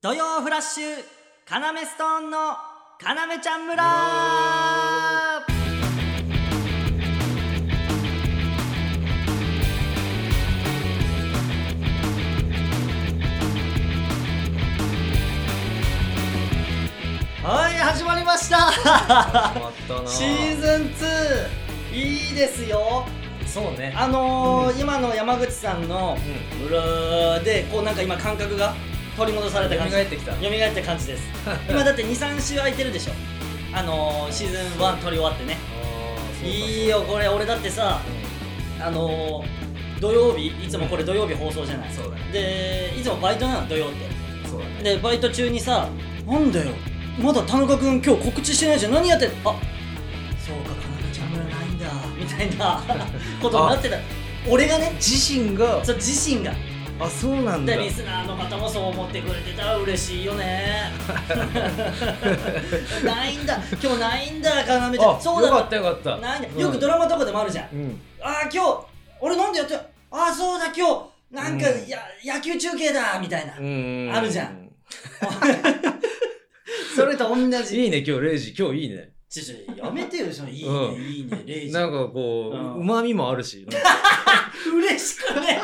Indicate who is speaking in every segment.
Speaker 1: 土曜フラッシュカナメストーンのカナメちゃん村はい始まりました
Speaker 2: 終わったな
Speaker 1: シーズン2いいですよ
Speaker 2: そうね
Speaker 1: あのー
Speaker 2: う
Speaker 1: 今の山口さんの「
Speaker 2: う
Speaker 1: うら」でこうなんか今感覚が取り戻された感じ
Speaker 2: 蘇ってきた
Speaker 1: 蘇った感じ です今だって23週空いてるでしょあのーシーズン1撮り終わってねいいよこれ俺だってさあのー土曜日いつもこれ土曜日放送じゃない
Speaker 2: そうだね
Speaker 1: でいつもバイトなの土曜って
Speaker 2: そうだね
Speaker 1: でバイト中にさなんだよまだ田中君今日告知してないじゃん何やってんあそうか田中ちゃん村ないんだみたいなことにな ってた俺がね
Speaker 2: 自身が
Speaker 1: そう自身が
Speaker 2: あそうなんだ
Speaker 1: でリスナーの方もそう思ってくれてたら嬉しいよ ねないんだ今日ないんだかなめちゃ
Speaker 2: あ
Speaker 1: んそう
Speaker 2: よ
Speaker 1: だ
Speaker 2: かったよかった
Speaker 1: ないんだ
Speaker 2: うん
Speaker 1: よくドラマとかでもあるじゃん、
Speaker 2: うん
Speaker 1: ああ今日俺なんでやってああそうだ今日なんか、
Speaker 2: うん
Speaker 1: や野球中継だみたいな、
Speaker 2: うん
Speaker 1: あるじゃんそれと同じ
Speaker 2: いいね今日レイジ今日いいね
Speaker 1: ちょちょやめてよそのいいね、
Speaker 2: うん
Speaker 1: いいねレイジ
Speaker 2: なんかこ
Speaker 1: うん
Speaker 2: ううまみもあ るし
Speaker 1: 嬉しくね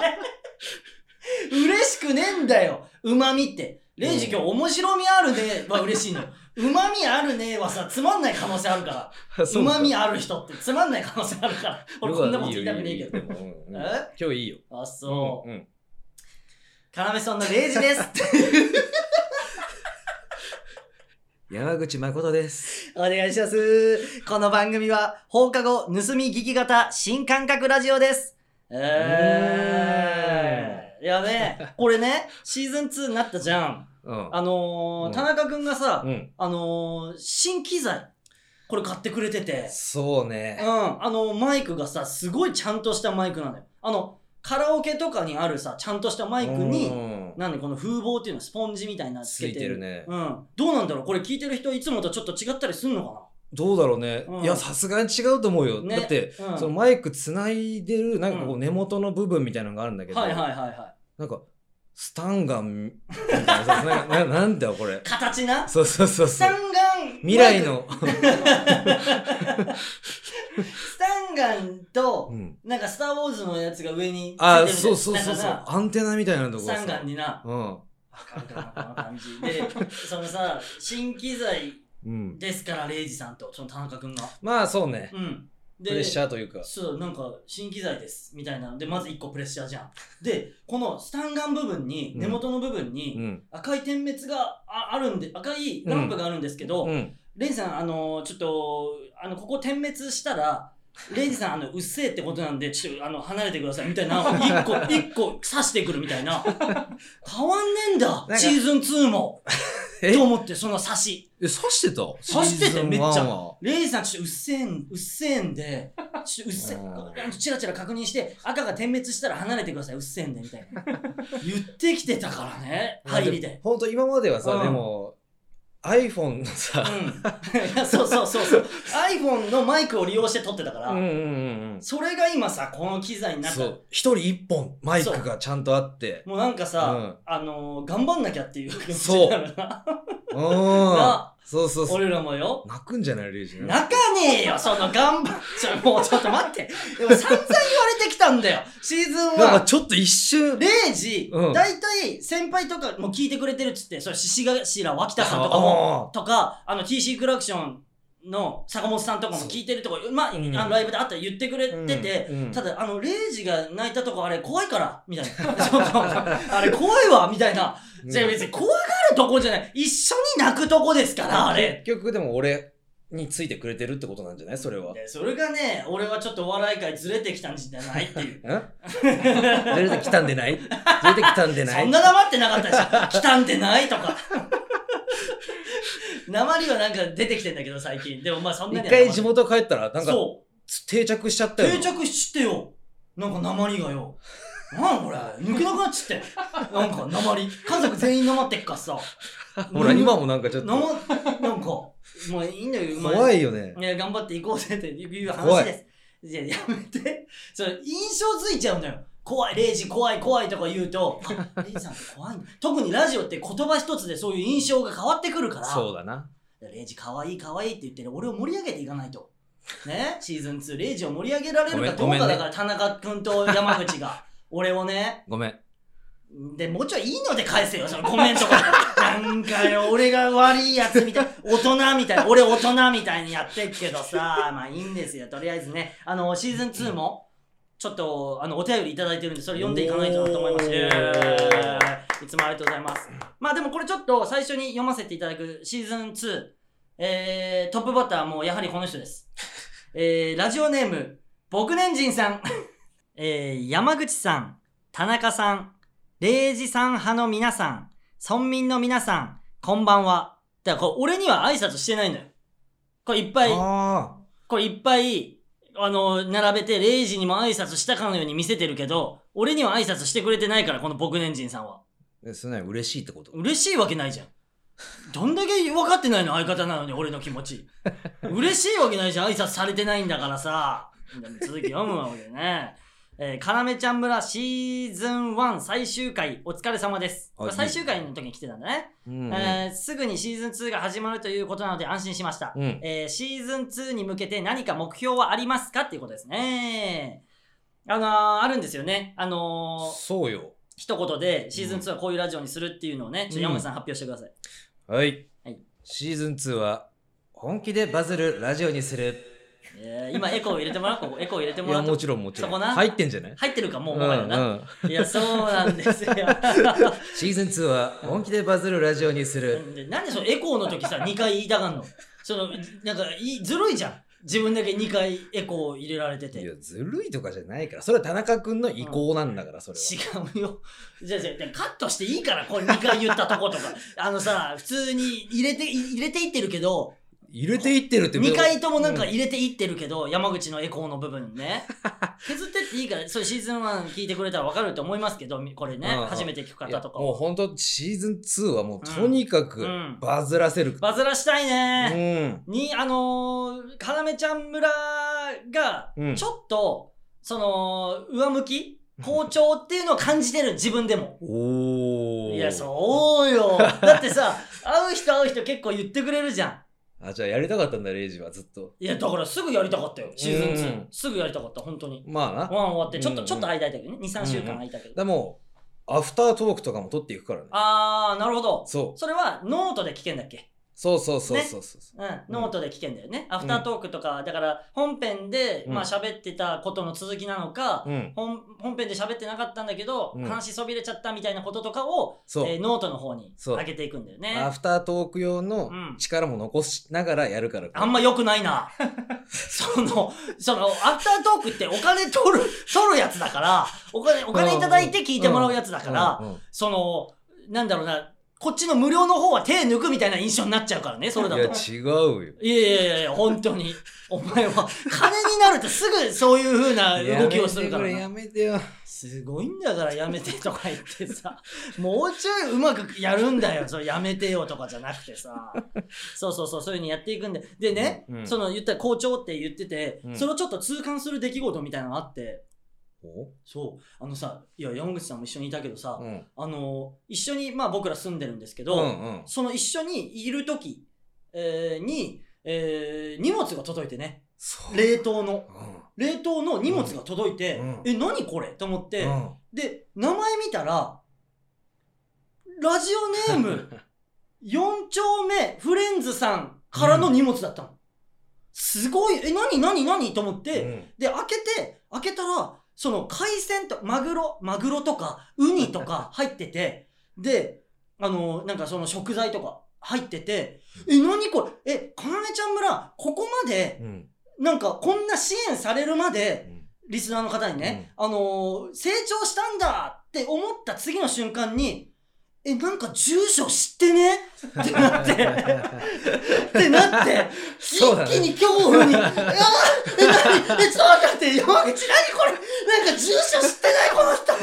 Speaker 1: 嬉しくねえんだようまみってレイジ
Speaker 2: うん
Speaker 1: 今日面白みあるねは嬉しいのようまみあるねはさつまんない可能性あるからうまみ
Speaker 2: あ
Speaker 1: ある人ってつまんない可能性あるから俺こんなこと言いたくねえけど
Speaker 2: 今日いいよ
Speaker 1: あそう
Speaker 2: うんうん
Speaker 1: カナメソンのレイジです
Speaker 2: 山口誠です
Speaker 1: お願いしますこの番組は放課後盗み聞き型新感覚ラジオですえー、いやねこれねシーズン2になったじゃん
Speaker 2: うん
Speaker 1: あのー
Speaker 2: うん
Speaker 1: 田中君がさ、
Speaker 2: うん
Speaker 1: あのー新機材これ買ってくれてて、
Speaker 2: そう
Speaker 1: うん、
Speaker 2: ね
Speaker 1: あのマイクがさすごいちゃんとしたマイクなのよあのカラオケとかにあるさちゃんとしたマイク
Speaker 2: う
Speaker 1: に
Speaker 2: ん
Speaker 1: なんでこの風防っていうのスポンジみたいなのつ
Speaker 2: つ
Speaker 1: け
Speaker 2: い
Speaker 1: て
Speaker 2: てるね
Speaker 1: うん、どうなんだろうこれ聞いてる人いつもとちょっと違ったりすんのか
Speaker 2: どうだろうね
Speaker 1: うん
Speaker 2: いやさすがに違うと思うよ
Speaker 1: な、ね、
Speaker 2: だって
Speaker 1: うん、
Speaker 2: そのマイクつないでるなんかこ
Speaker 1: う
Speaker 2: うん根元の部分みたいなのがあるんだけど、
Speaker 1: はいはいはいはい
Speaker 2: なんかスタンガンみたいなさなな なんだよこれ
Speaker 1: 形な
Speaker 2: そうそうそうそう
Speaker 1: スタンガン
Speaker 2: 未来の、
Speaker 1: スタンガンと
Speaker 2: うん、
Speaker 1: なんか「スター・ウォーズ」のやつが上についてるみたい
Speaker 2: あ
Speaker 1: な
Speaker 2: そうそうそうそ
Speaker 1: なん
Speaker 2: う
Speaker 1: か
Speaker 2: アンテナみたいなと
Speaker 1: な
Speaker 2: こ
Speaker 1: ス
Speaker 2: さ
Speaker 1: タンガンにな
Speaker 2: うん
Speaker 1: わかるかなこの感じ でそのさ新機材
Speaker 2: うん、
Speaker 1: ですからレイジさんとその田中君が
Speaker 2: まあそうね
Speaker 1: うん
Speaker 2: プ
Speaker 1: で
Speaker 2: レッシャーというか
Speaker 1: そうなんか新機材ですみたいなのでまず1個プレッシャーじ ゃんでこのスタンガン部分に
Speaker 2: うん
Speaker 1: 根元の部分
Speaker 2: う
Speaker 1: に
Speaker 2: ん
Speaker 1: 赤い点滅がああるんで赤いランプがあるんですけど、
Speaker 2: うん
Speaker 1: レイジさんあのちょっとあのここ点滅したらレイジさんあのうっせえってことなんでちょっとあの離れてくださいみた いな1個1個刺してくるみたいな変わんねえんだ
Speaker 2: か
Speaker 1: シーズン2も
Speaker 2: え
Speaker 1: と思って、その差し。
Speaker 2: え刺してた
Speaker 1: 刺してたよめっちゃ
Speaker 2: シーズンワンは
Speaker 1: レイジさん、ちょっとうっせえん、うっせえんで、ちょっとうっせえ
Speaker 2: うん
Speaker 1: ん、チラチラ確認して、赤が点滅したら離れてください、うっせえんで、みたいな。言ってきてたからね、入りで。
Speaker 2: ほんと今まではさ、
Speaker 1: うん
Speaker 2: でも iPhone の
Speaker 1: う
Speaker 2: さ、
Speaker 1: ん。い や、そうそうそうそう。iPhone のマイクを利用して撮ってたから、
Speaker 2: うんうんうんうん
Speaker 1: それが今さ、この機材になった
Speaker 2: そ。う一人一本マイクがちゃんとあって
Speaker 1: もうなんかさ、あのー、頑張んなきゃっていう気持ちになるな。
Speaker 2: うん
Speaker 1: な
Speaker 2: そうそうそ う
Speaker 1: 俺らもよ。
Speaker 2: 泣くんじゃないレイジ
Speaker 1: 泣かねえよ、その頑張っちゃもうちょっと待って。でも散々言われてきたんだよ。シーズン
Speaker 2: なん
Speaker 1: 1
Speaker 2: か。ちょっと一瞬
Speaker 1: レイジ、
Speaker 2: うん
Speaker 1: 大体先輩とかも聞いてくれてるっつって、それ獅子頭脇田さんとかも、
Speaker 2: あ
Speaker 1: とか、あの TC クラクションの坂本さんとかも
Speaker 2: そう
Speaker 1: 聞いてるとか、まあ、
Speaker 2: うん
Speaker 1: あのライブであったら言ってくれてて、
Speaker 2: うんうん
Speaker 1: ただ、あの、レイジが泣いたとこあれ怖いから、みたいな。 そうそうあれ怖いわ、みたいな。
Speaker 2: ー
Speaker 1: じゃあ別に怖がるとこじゃない。一緒に泣くとこですから、あれ。
Speaker 2: 結局でも俺についてくれてるってことなんじゃないそれは
Speaker 1: でそれがね、俺はちょっとお笑い界ずれてきたんじゃないっていう。
Speaker 2: ん出てきたんでない出てきたんでな
Speaker 1: そ
Speaker 2: い
Speaker 1: んな黙ってなかったでしょ。来たんでないとか。 鉛はなんか出てきてんだけど最近。でもまあそんなには黙ら
Speaker 2: 一回
Speaker 1: ない
Speaker 2: 地元帰ったらなんか
Speaker 1: そ
Speaker 2: 定着しちゃっ
Speaker 1: う。
Speaker 2: たよ
Speaker 1: 定着しちってよ。なんか鉛がよ。なんこれ抜けなくなっちゃって。なんか鉛。家族全員鉛ってっからさ。
Speaker 2: ほら今もなんかちょっ
Speaker 1: 鉛、
Speaker 2: と
Speaker 1: なんか、もういいんだよ。まあ
Speaker 2: 怖いよね
Speaker 1: いや、頑張っていこうぜっていう話
Speaker 2: 怖
Speaker 1: です。いや、やめて。それ、印象づいちゃうんだよ。怖い、レイジ怖い怖いとか言うと、あレイジさん怖いんだ特にラジオって言葉一つでそういう印象が変わってくるから、
Speaker 2: そうだな。
Speaker 1: レイジ可愛い可愛いって言ってる俺を盛り上げていかないと。ね、シーズン2、レイジを盛り上げられるかど
Speaker 2: ご
Speaker 1: う
Speaker 2: めん
Speaker 1: か
Speaker 2: ご
Speaker 1: だ
Speaker 2: めん
Speaker 1: か
Speaker 2: ね
Speaker 1: ら、田中君と山口が。俺をね、
Speaker 2: ごめん。
Speaker 1: で、もうちょいいいので返せよ、そのコメントが。なんかよ、俺が悪いやつみたい、大人みたい、俺大人みたいにやってっけどさ、まあいいんですよ、とりあえずね。あの、シーズン2も、ちょっと、あの、お便りいただいてるんで、それ読んでいかないとなと思います。
Speaker 2: おー
Speaker 1: えーいつもありがとうございます。まあでもこれちょっと最初に読ませていただくシーズン2、えー、トップバッターもやはりこの人です。えー、ラジオネーム、僕年人さん、 えー、山口さん、田中さん、礼二さん派の皆さん、村民の皆さん、こんばんは。だからこれ俺には挨拶してないのよ。これいっぱい、
Speaker 2: あ
Speaker 1: これいっぱい、あの、並べて、0時にも挨拶したかのように見せてるけど、俺には挨拶してくれてないから、この僕年人さんは。
Speaker 2: あ。でそれなに嬉しいってこと
Speaker 1: 嬉しいわけないじゃん。どんだけ分かってないの相方なのに、俺の気持ち。嬉しいわけないじゃん。挨拶されてないんだからさ。続き読むわけね。えー、かなめちゃん村シーズン1最終回、お疲れ様です。
Speaker 2: あいい
Speaker 1: 最終回の時に来てたんだね。
Speaker 2: うんうん。
Speaker 1: えーすぐにシーズン2が始まるということなので安心しました。
Speaker 2: うん。
Speaker 1: えーシーズン2に向けて何か目標はありますかっていうことですね。あのーあるんですよね。あのー
Speaker 2: そうよ。
Speaker 1: 一言でシーズン2はこういうラジオにするっていうのをね、ちょっと山口さん発表してください。
Speaker 2: はい。
Speaker 1: はい
Speaker 2: シーズン2は、本気でバズるラジオにする。
Speaker 1: えー今エコー入れてもらおう、ここエコー入れて
Speaker 2: い
Speaker 1: もら
Speaker 2: や、
Speaker 1: おう
Speaker 2: もちろんもちろん。
Speaker 1: そこな
Speaker 2: 入ってんじゃない
Speaker 1: 入ってるか、もう
Speaker 2: う
Speaker 1: もはやな。
Speaker 2: んうん。
Speaker 1: いや、そうなんです よ。
Speaker 2: シーズン2は、本気でバズるラジオにする。
Speaker 1: でなんでそのエコーの時さ、2回言いたがんのその、なんかい、ずるいじゃん。自分だけ2回エコー入れられてて
Speaker 2: い。や、ずるいとかじゃないから。それは田中君の意向なんだから、それは。
Speaker 1: 違うよ。じゃあじゃあじゃあカットしていいから、これ2回言ったとことか。あのさ、普通に入れて、い入れていってるけど、
Speaker 2: 入れていってるって
Speaker 1: 2回ともなんか入れていってるけど、山口のエコーの部分 ね。削ってっていいから、そうシーズン1聞いてくれたらわかると思いますけど、みこれね
Speaker 2: うんう、ん
Speaker 1: 初めて聞く
Speaker 2: いや
Speaker 1: 方とか
Speaker 2: もう
Speaker 1: は。
Speaker 2: 本当シーズン2はもうとにかく
Speaker 1: うん
Speaker 2: バズらせる、
Speaker 1: バズらしたいね。
Speaker 2: うん
Speaker 1: に、あのー、かなめちゃん村が
Speaker 2: う、ん
Speaker 1: ちょっと、その、上向き好調っていうのを感じてる、自分でも。
Speaker 2: おお
Speaker 1: いや、そうよ。だってさ、会う人会う人結構言ってくれるじゃん。
Speaker 2: あじゃあやりたかったんだレイジはずっと
Speaker 1: いや、だからすぐやりたかったよ、シーズン2
Speaker 2: うん。
Speaker 1: すぐやりたかった、本当に。
Speaker 2: まあな
Speaker 1: 1終わって、ちょっと、
Speaker 2: うん
Speaker 1: ちょっと会いたいけどね。2、3週間会いたいけど。
Speaker 2: でもアフタートークとかも撮っていくからね
Speaker 1: あー、なるほど。
Speaker 2: そう
Speaker 1: それはノートで聞けんだっけ
Speaker 2: そうそうそうそうそう、
Speaker 1: うん、ノートで聞けんだよね。アフタートークとか、だから本編で、
Speaker 2: うん
Speaker 1: まあ喋ってたことの続きなのか、
Speaker 2: うん
Speaker 1: 本本編で喋ってなかったんだけど、
Speaker 2: うん
Speaker 1: 話しそびれちゃったみたいなこととかを、
Speaker 2: そう、
Speaker 1: えーノートの方に
Speaker 2: そう
Speaker 1: 上げていくんだよね。
Speaker 2: アフタートーク用の
Speaker 1: うん
Speaker 2: 力も残しながらやるから、
Speaker 1: あんま良くない な。その、その、アフタートークってお金取る、取るやつだから、お金、お金いただいて聞いてもらうやつだから、
Speaker 2: うんうん
Speaker 1: その、なんだろうな、こっちの無料の方は手抜くみたいな印象になっちゃうからね、それだ
Speaker 2: いや
Speaker 1: と。
Speaker 2: 違うよ
Speaker 1: いやいやいやいや、本当に。お前は、金になるとすぐそういう風な動きをするからな
Speaker 2: やめてくれやめてよ
Speaker 1: すごいんだからやめてとか言ってさ、もうちょいうまくやるんだよ、それやめてよとかじゃなくてさ、そうそうそう、そういうふうにやっていくんで、でね、
Speaker 2: うん
Speaker 1: その言ったら校長って言ってて、
Speaker 2: うん
Speaker 1: それをちょっと痛感する出来事みたいなのがあって、
Speaker 2: お
Speaker 1: そう、あのさ、いや、山口さんも一緒にいたけどさ、
Speaker 2: うん
Speaker 1: あの、一緒に、まあ僕ら住んでるんですけど、
Speaker 2: うんうん
Speaker 1: その一緒にいる時、えーに、えー荷物が届いてね、
Speaker 2: そう
Speaker 1: 冷凍の。
Speaker 2: うん
Speaker 1: 冷凍の荷物が届いて、
Speaker 2: うん
Speaker 1: え、何これと思って、
Speaker 2: うん
Speaker 1: で、名前見たら、ラジオネー ム、4丁目フレンズさんからの荷物だったの。すごい、え、なになになにと思って、
Speaker 2: うん
Speaker 1: で、開けて、開けたら、その海鮮と、マグロ、マグロとか、ウニとか入ってて、で、あの、なんかその食材とか入ってて、え、なにこれえ、かなめちゃん村、ここまで、
Speaker 2: うん
Speaker 1: なんかこんな支援されるまで、リスナーの方にね、あのー成長したんだって思った次の瞬間に、え、なんか住所知ってねってなって、ってなって、
Speaker 2: そうだ
Speaker 1: 一
Speaker 2: ね
Speaker 1: 気に恐怖 に、ああえ、なにえ、ちょっと待って、山口、なにこれなんか住所知ってないこの人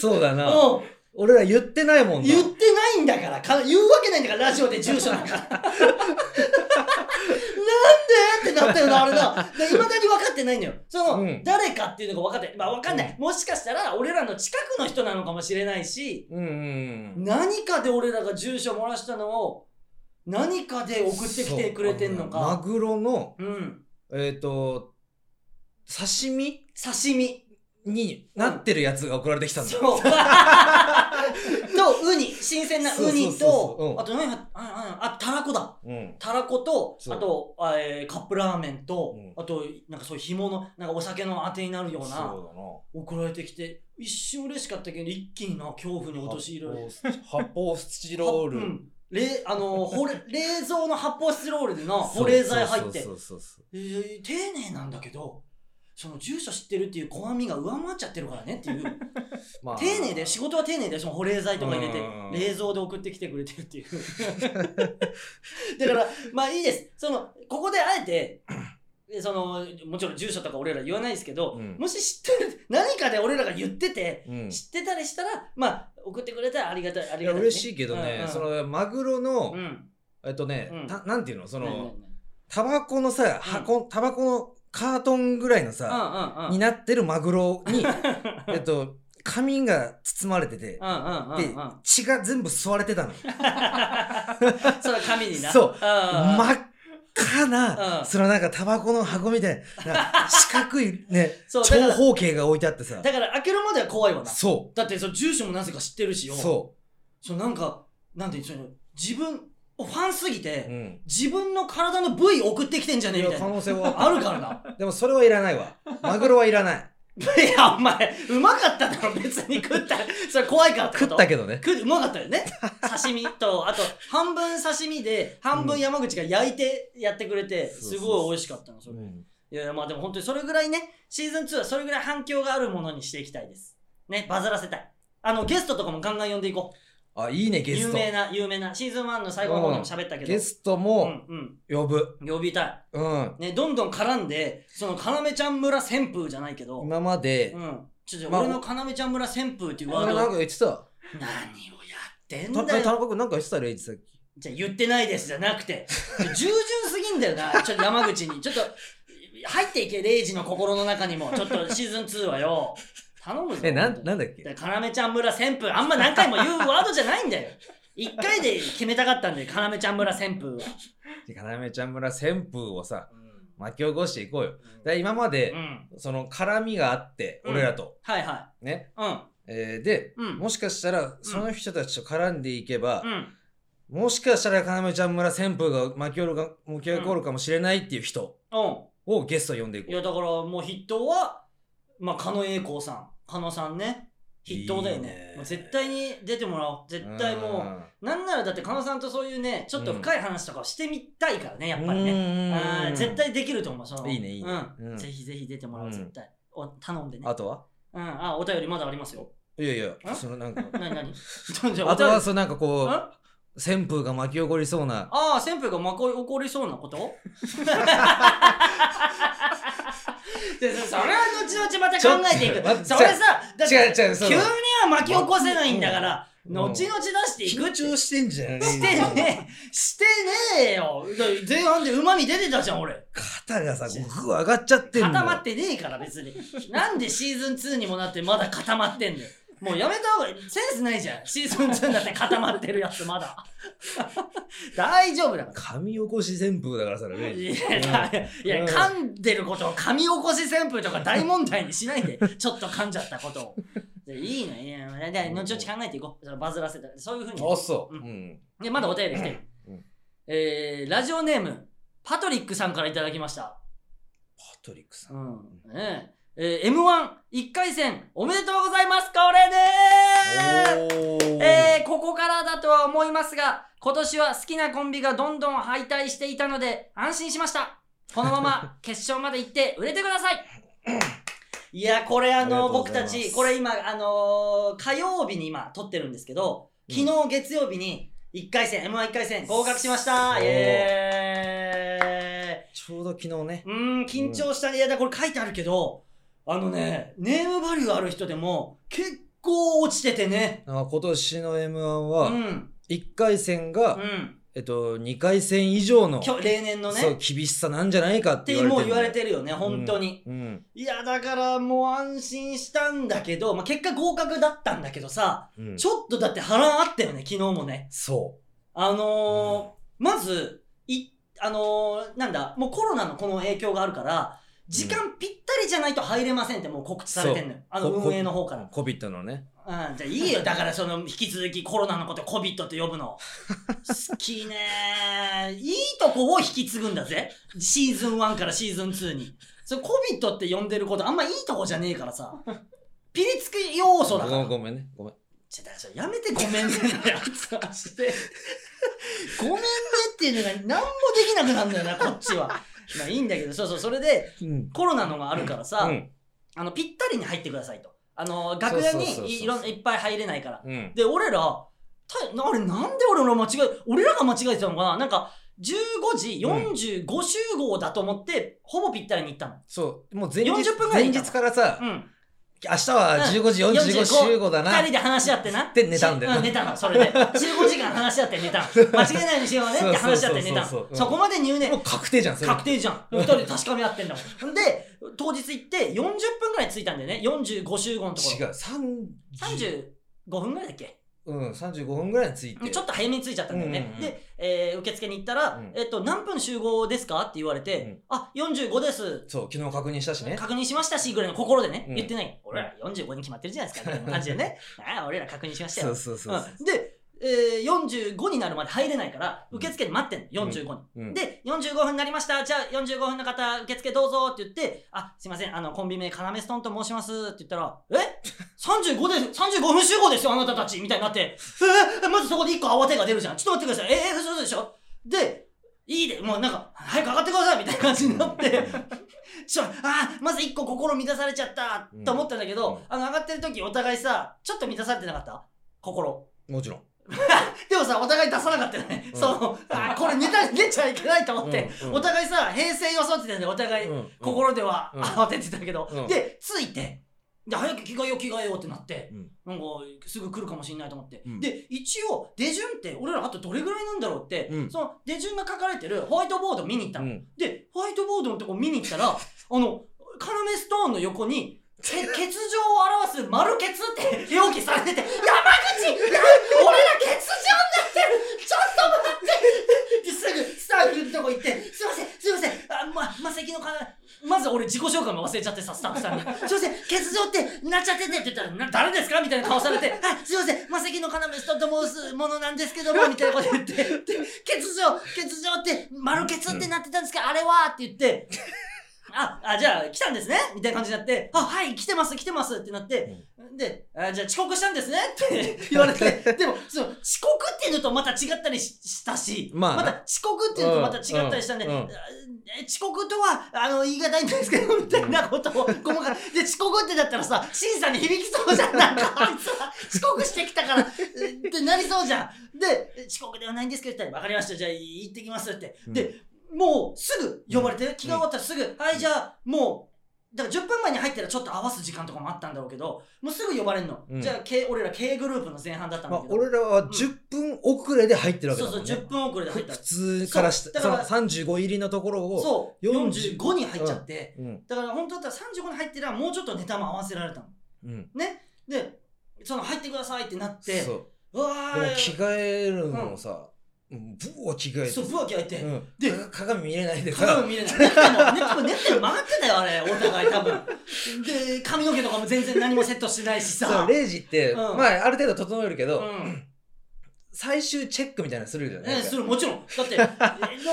Speaker 2: そうだな
Speaker 1: もう
Speaker 2: 俺ら言ってないもんな
Speaker 1: 言ってないんだからか言うわけないんだからラジオで住所なんかなってなったよな、あれな。いまだに分かってないのよ。その、
Speaker 2: うん
Speaker 1: 誰かっていうのが分かって、まあ分かんない。もしかしたら、俺らの近くの人なのかもしれないし、
Speaker 2: うんうん
Speaker 1: 何かで俺らが住所漏らしたのを、何かで送ってきてくれてんの
Speaker 2: そうマ
Speaker 1: か。
Speaker 2: グロの
Speaker 1: うん。
Speaker 2: えっ、と刺身
Speaker 1: 刺身。
Speaker 2: になってるやつが送られてきたんだ、
Speaker 1: そう。 と、ウニ。新鮮なウニ
Speaker 2: そうそうそうそうう
Speaker 1: と、
Speaker 2: ん
Speaker 1: あと何や、あああ、たらこだ。
Speaker 2: うん
Speaker 1: たらこと
Speaker 2: そう
Speaker 1: あと、あえーカップラーメンと、
Speaker 2: うん
Speaker 1: あとなんかそういう紐のなんかお酒のあてになるような
Speaker 2: そ
Speaker 1: 送られてきて一瞬嬉しかったけど一気にな恐怖に
Speaker 2: うだな
Speaker 1: 陥る
Speaker 2: 発泡発泡スチロール、
Speaker 1: うんれあのーほれ 冷蔵の発泡スチロールでな保冷剤入って
Speaker 2: そうそうそうそう
Speaker 1: えー丁寧なんだけどその住所知ってるっていう怖みが上回っちゃってるからねっていう
Speaker 2: まあ
Speaker 1: 丁寧で仕事は丁寧でその保冷剤とか入れて
Speaker 2: うん
Speaker 1: 冷蔵で送ってきてくれてるっていう だからまあいいですそのここであえ てでそのもちろん住所とか俺ら言わないですけど、
Speaker 2: うん
Speaker 1: もし知ってる何かで俺らが言ってて、
Speaker 2: うん
Speaker 1: 知ってたりしたらまあ送ってくれたらありがたいあ
Speaker 2: い
Speaker 1: り
Speaker 2: や
Speaker 1: がたい、
Speaker 2: 嬉しいけどね、
Speaker 1: うんうん
Speaker 2: そのマグロの、
Speaker 1: うん
Speaker 2: えっとね、
Speaker 1: うん
Speaker 2: たなんていうのそ
Speaker 1: うんうんうん
Speaker 2: のタバコのさ箱、タバコのカートンぐらいのさ、
Speaker 1: うんうんうんうん
Speaker 2: になってるマグロ にえっと紙が包まれてて、
Speaker 1: うん
Speaker 2: で血が全部吸われてた の
Speaker 1: それは神にな
Speaker 2: そう
Speaker 1: あ
Speaker 2: 真っ赤な、
Speaker 1: うん
Speaker 2: そのなんかタバコの箱みたいな四角いね
Speaker 1: そうだか
Speaker 2: 長
Speaker 1: ら
Speaker 2: 方形が置いてあってさ
Speaker 1: だから開けるまでは怖いわな
Speaker 2: そ
Speaker 1: だってその住所もなぜか知ってるし
Speaker 2: う
Speaker 1: よ
Speaker 2: そ
Speaker 1: そのなんかなんていうの自分ファンすぎて、
Speaker 2: う、うん、
Speaker 1: 自分の体の部位送ってきてんじゃね
Speaker 2: い
Speaker 1: えみ
Speaker 2: や
Speaker 1: たい
Speaker 2: 可
Speaker 1: な
Speaker 2: 能性 は
Speaker 1: あるからな
Speaker 2: でもそれはいらないわマグロはいらない
Speaker 1: いやお前うまかっただろ別に食ったそれ怖いからってこ
Speaker 2: 食
Speaker 1: と
Speaker 2: ったけどね
Speaker 1: 食ううまかったよね刺身とあと半分刺身で半分山口が焼いてやってくれて、
Speaker 2: そうそう
Speaker 1: す
Speaker 2: そう
Speaker 1: ごい美味しかったのそれ、
Speaker 2: うん
Speaker 1: いやいやまあでも本当にそれぐらいねシーズン2はそれぐらい反響があるものにしていきたいですねバズらせたいあのゲストとかもガンガン呼んでいこう
Speaker 2: あいいねゲス
Speaker 1: 有
Speaker 2: ト
Speaker 1: 名な有名なシーズン1の最後の方でも喋ったけど
Speaker 2: ゲストも
Speaker 1: うん
Speaker 2: 呼ぶ、
Speaker 1: うん、呼びたい
Speaker 2: うん、
Speaker 1: ねどんどん絡んでその要ちゃん村旋風じゃないけど、うん、
Speaker 2: 今まで、
Speaker 1: ちょっと
Speaker 2: まあ
Speaker 1: 俺の要ちゃん村旋風っていう
Speaker 2: な
Speaker 1: ワー
Speaker 2: ん
Speaker 1: ド
Speaker 2: か
Speaker 1: が何をや
Speaker 2: 言ってた
Speaker 1: ってん
Speaker 2: た
Speaker 1: だ
Speaker 2: 田
Speaker 1: よ
Speaker 2: 中君なんか言ってたレイジさっき
Speaker 1: じゃあ言ってないですじゃなくて従順すぎんだよ なちょっと山口にちょっと入っていけレイジの心の中にもちょっとシーズン2はよ頼むぞ
Speaker 2: えなんなんだっけ
Speaker 1: だから要ちゃん村旋風あんま何回も言うワードじゃないんだよ一回で決めたかったんで要ちゃん村旋風は、
Speaker 2: かなめちゃん村旋風をさ
Speaker 1: うん
Speaker 2: 巻き起こしていこうよで今まで
Speaker 1: う、ん。
Speaker 2: その絡みがあって、
Speaker 1: うん
Speaker 2: 俺らと
Speaker 1: はいは
Speaker 2: ね、
Speaker 1: い。
Speaker 2: えーで、
Speaker 1: うん
Speaker 2: もしかしたらその人たちと絡んでいけば
Speaker 1: う、ん。うん。
Speaker 2: もしかしたらかなめちゃん村旋風が巻き起こるか巻き起こるかもしれないっていう人
Speaker 1: う
Speaker 2: をゲストに呼んでい
Speaker 1: ん。
Speaker 2: こ
Speaker 1: いや、だからもう筆頭は、まあ、狩野英孝さん。狩野さんね。筆頭だよね。
Speaker 2: いいね
Speaker 1: もう絶対に出てもらおう。
Speaker 2: う
Speaker 1: 絶対もう。なんならだって狩野さんとそういうね、ちょっと深い話とかをしてみたいからね、やっぱりね。
Speaker 2: ね
Speaker 1: あー絶対できると思う。その
Speaker 2: いいねいいね
Speaker 1: う。
Speaker 2: うんん
Speaker 1: ぜひぜひ出てもらおう、
Speaker 2: うん
Speaker 1: 絶対。お頼んでね。
Speaker 2: あとは
Speaker 1: うん。あ、お便りまだありますよ。
Speaker 2: いやい
Speaker 1: あ
Speaker 2: やそのな んか
Speaker 1: なに なにじゃあ、お
Speaker 2: あと
Speaker 1: 便り
Speaker 2: は。そうなんかこ
Speaker 1: ん
Speaker 2: う旋風が巻き起こりそうな
Speaker 1: ああ、旋風が巻き起こりそうなこと でそそれは後々また考えてい
Speaker 2: ちょ待っ
Speaker 1: く。
Speaker 2: て
Speaker 1: それさ、だって
Speaker 2: 違う違うそ
Speaker 1: 急
Speaker 2: の
Speaker 1: には巻き起こせないんだから、
Speaker 2: うん
Speaker 1: 後々出していくって。し
Speaker 2: してんじゃん
Speaker 1: てねえ、してねえよ。だって前半で旨味出てたじゃん、俺。
Speaker 2: 肩がさこうグー上がっちゃってんの
Speaker 1: 固まってねえから、別に。なんでシーズン2にもなってまだ固まってんだよ。もうやめた方がいい。センスないじゃん。シーズン2だって固まってるやつ、まだ。 大丈夫だから。
Speaker 2: 神起こし旋風だからさレイジ
Speaker 1: いや、いや
Speaker 2: うん
Speaker 1: 噛んでることを噛み起こし旋風とか大問題にし ないで、ちょっと噛んじゃったことを。でいいの、いいの。で、で後々考えていこう。そのバズらせたら。そういうふう
Speaker 2: あ
Speaker 1: に。
Speaker 2: そう、
Speaker 1: うん
Speaker 2: うん
Speaker 1: で、まだお便り来てる。
Speaker 2: うん
Speaker 1: えー、ラジオネーム、パトリックさんからいただきました。
Speaker 2: パトリックさん
Speaker 1: うん。ねええー、M11 回戦、おめでとうございます、これでーす
Speaker 2: お
Speaker 1: えー、ここからだとは思いますが、今年は好きなコンビがどんどん敗退していたので、安心しました。このま ま決勝まで行って売れてください。いや、これあ
Speaker 2: ありがと
Speaker 1: の、
Speaker 2: うご
Speaker 1: 僕
Speaker 2: ざい
Speaker 1: た
Speaker 2: ます
Speaker 1: ち、これ今、あのー火曜日に今撮ってるんですけど、昨日月曜日に1回戦、M11 回戦合格しました。
Speaker 2: そう
Speaker 1: イエ
Speaker 2: ちょうど昨日ね
Speaker 1: ーイ。うーん、緊張したね。いや、だからこれ書いてあるけど、あのね、ネームバリューある人でも結構落ちててね。
Speaker 2: あ今年の m 1
Speaker 1: う
Speaker 2: は
Speaker 1: ん、
Speaker 2: 1回戦
Speaker 1: う
Speaker 2: が、
Speaker 1: ん。
Speaker 2: ええっと、2回戦以上の、
Speaker 1: きょ例年のね
Speaker 2: そう
Speaker 1: っ
Speaker 2: 厳しさなんじゃないかって
Speaker 1: て
Speaker 2: 言われてる
Speaker 1: もう言われてるよね本当に、
Speaker 2: うんうん
Speaker 1: いやだからもう安心したんだけど、まあ、結果合格だったんだけどさ、
Speaker 2: うん
Speaker 1: ちょっとだって波乱あったよね昨日もね
Speaker 2: そ
Speaker 1: あのーまずいあのーなんだもうコロナのこの影響があるから時間ぴったりじゃないと入れませんってもう告知されてんのよあの
Speaker 2: こ
Speaker 1: 運営の方から
Speaker 2: うコビットのね
Speaker 1: うん、じゃあいい よ。だからその、引き続きコロナのことコビットと呼ぶの。好きねー。いいとこを引き継ぐんだぜ。シーズン1からシーズン2に。それコビットって呼んでることあんまいいとこじゃねえからさ。ピリつく要素だから。
Speaker 2: ごめんごめんねごめん
Speaker 1: ちょだからそれやめ てごめんねのやつはして。ごめんねっていうのが何もできなくなるんだよな、こっちは。まあいいんだけど、そうそう、それで
Speaker 2: うん
Speaker 1: コロナのがあるからさ、
Speaker 2: うん
Speaker 1: あの、ぴったりに入ってくださいと。あの、楽屋
Speaker 2: そうそうそうそう
Speaker 1: にいろんいっぱい入れないから。
Speaker 2: うん
Speaker 1: で、俺ら、たあれなんで俺ら間違え、俺らが間違えてたのかななんか、15時45集合だと思って、ほぼぴったりに行ったの。
Speaker 2: そうもう前日
Speaker 1: 40分ぐらい
Speaker 2: 前
Speaker 1: いた
Speaker 2: 日からさ
Speaker 1: うん。
Speaker 2: 明日は15時45集合だ
Speaker 1: 二
Speaker 2: な
Speaker 1: 人で話し合ってな。
Speaker 2: で寝たんだよ
Speaker 1: しう寝たの、それで。15時間話し合って寝 たの。間違えないようにしようねって話し合って寝た
Speaker 2: そうそうそうそうう
Speaker 1: の。
Speaker 2: ん
Speaker 1: そこまで入念
Speaker 2: も。う確定じゃんそれ
Speaker 1: 確定じゃん。二人で確かめ合ってんだもん。んで、当日行って40分ぐらい着いたんだよね。45集合のとこ
Speaker 2: 違
Speaker 1: ろ。
Speaker 2: う30
Speaker 1: 35分ぐらいだっけ
Speaker 2: うん35分ぐらいについて
Speaker 1: ちょっと早めに着いちゃったんだよね。
Speaker 2: うんうん
Speaker 1: で、えー受付に行ったら、
Speaker 2: うん
Speaker 1: えっと、何分集合ですかって言われて、
Speaker 2: うん
Speaker 1: あ、45です。
Speaker 2: そう昨日確認したしね
Speaker 1: 確認しましたし、ぐらいの心でね、
Speaker 2: うん
Speaker 1: 言ってない。俺ら45に決まってるじゃないですか、みたいな感じでね。 ああ、俺ら確認しました
Speaker 2: そ
Speaker 1: よ
Speaker 2: う。そうそうそう
Speaker 1: うんで、えー45になるまで入れないから、
Speaker 2: うん
Speaker 1: 受付で待ってんの、45に。
Speaker 2: うん
Speaker 1: で、45分になりました。じゃあ、45分の方、受付どうぞって言って、あ、すいません、あの、コンビ名、カナメストンと申しますって言ったら、え ?35 です、35分集合ですよ、あなたたちみたいになって、えーまずそこで1個慌てが出るじゃん。ちょっと待ってください。えー、そうでしょで、いいで、もうなんか、早く上がってくださいみたいな感じになって、 ちょ、あー、まず1個心乱されちゃった、と思ったんだけど、
Speaker 2: うんうん
Speaker 1: あの、上がってる時お互いさ、ちょっと乱されてなかった心。
Speaker 2: もちろん
Speaker 1: でもさ、お互い出さなかったよね。
Speaker 2: うん
Speaker 1: その、あー、これネタ出ちゃいけないと思って、
Speaker 2: うんうん
Speaker 1: お互いさ、平成予想って言ってたんで、お互い、
Speaker 2: うん
Speaker 1: 心では
Speaker 2: うん
Speaker 1: 慌ててたけど、
Speaker 2: うん
Speaker 1: で、着いて、で、早く着替えよう着替えようってなって、
Speaker 2: うん
Speaker 1: なんか、すぐ来るかもしれないと思って。
Speaker 2: うん
Speaker 1: で、一応、出順って、俺らあとどれぐらいなんだろうって、
Speaker 2: うん
Speaker 1: その、出順が書かれてるホワイトボード見に行った
Speaker 2: う
Speaker 1: の。
Speaker 2: ん
Speaker 1: で、ホワイトボードのとこ見に行ったら、あの、カナメストーンの横に、け欠場を表す丸欠って表記されてて、山口や俺ら欠場になってるちょっと待ってですぐスタッフのとこ行って、すいません、すいません、あ、ま、まさきのかな、まず俺自己紹介も忘れちゃってさ、スタッフさんに。すいません、欠場ってなっちゃっててって言ったら、な誰ですかみたいな顔されて、あ、すいません、まさきのかなめストーンと申すものなんですけども、みたいなこと言って、で欠場、欠場って丸欠ってなってたんですけど、あれはって言って、あ、あ、じゃあ来たんですねみたいな感じになって、あ、はい、来てます、来てますってなって、で、あじゃあ遅刻したんですねって言われて、でも、その遅刻っていうのとまた違ったりししたし、
Speaker 2: まあ
Speaker 1: ま
Speaker 2: な
Speaker 1: た遅刻っていうのとまた違ったりしたんで、
Speaker 2: うんうん
Speaker 1: え遅刻とは、あの、言い難いんですけど、みたいなこと を、ごまかで、遅刻ってだったらさ、審査に響きそうじゃん。なんか、あいつ は遅刻してきたから、えってなりそうじゃん。で、え遅刻ではないんですけど、って言ったらわかりました。じゃあ、行ってきますって。で、もう、すぐ呼ばれて、着替え終わったらすぐ、はい、じゃあ、もう、だから10分前に入ったらちょっと合わす時間とかもあったんだろうけど、もうすぐ呼ばれんの。
Speaker 2: うん
Speaker 1: じゃあ、K、俺ら K グループの前半だったん
Speaker 2: ま
Speaker 1: だ
Speaker 2: あ
Speaker 1: けど。
Speaker 2: 俺らは10分遅れで入ってるわけ
Speaker 1: そ
Speaker 2: だ
Speaker 1: う
Speaker 2: も
Speaker 1: そ
Speaker 2: ん
Speaker 1: う、
Speaker 2: ね
Speaker 1: 10分遅れで入った
Speaker 2: ふ普通からし
Speaker 1: そう
Speaker 2: た
Speaker 1: だから
Speaker 2: その35入りのところを
Speaker 1: そう、
Speaker 2: 40
Speaker 1: 45に入っちゃって。
Speaker 2: うん
Speaker 1: だから本当だったら35に入ってりゃもうちょっとネタも合わせられたの。
Speaker 2: うん
Speaker 1: ねで、その入ってくださいってなって、
Speaker 2: そうう
Speaker 1: わ
Speaker 2: でも
Speaker 1: ー
Speaker 2: 着替えるのもさ、うん、ブワー着替えて
Speaker 1: そう、ブワキ開いて、
Speaker 2: うん、
Speaker 1: で
Speaker 2: か鏡見れないでさ
Speaker 1: 鏡も見れない。ネクタイも、ネクタイもネクタイも曲がってたよ、あれ、お互い多分。で、髪の毛とかも全然何もセットしてないし
Speaker 2: そ
Speaker 1: さ
Speaker 2: う。レイジって、
Speaker 1: うん
Speaker 2: まあある程度整えるけど、
Speaker 1: うん
Speaker 2: 最終チェックみたいなのするじゃない
Speaker 1: え
Speaker 2: で
Speaker 1: え
Speaker 2: す
Speaker 1: す
Speaker 2: か、
Speaker 1: るもちろんだってえな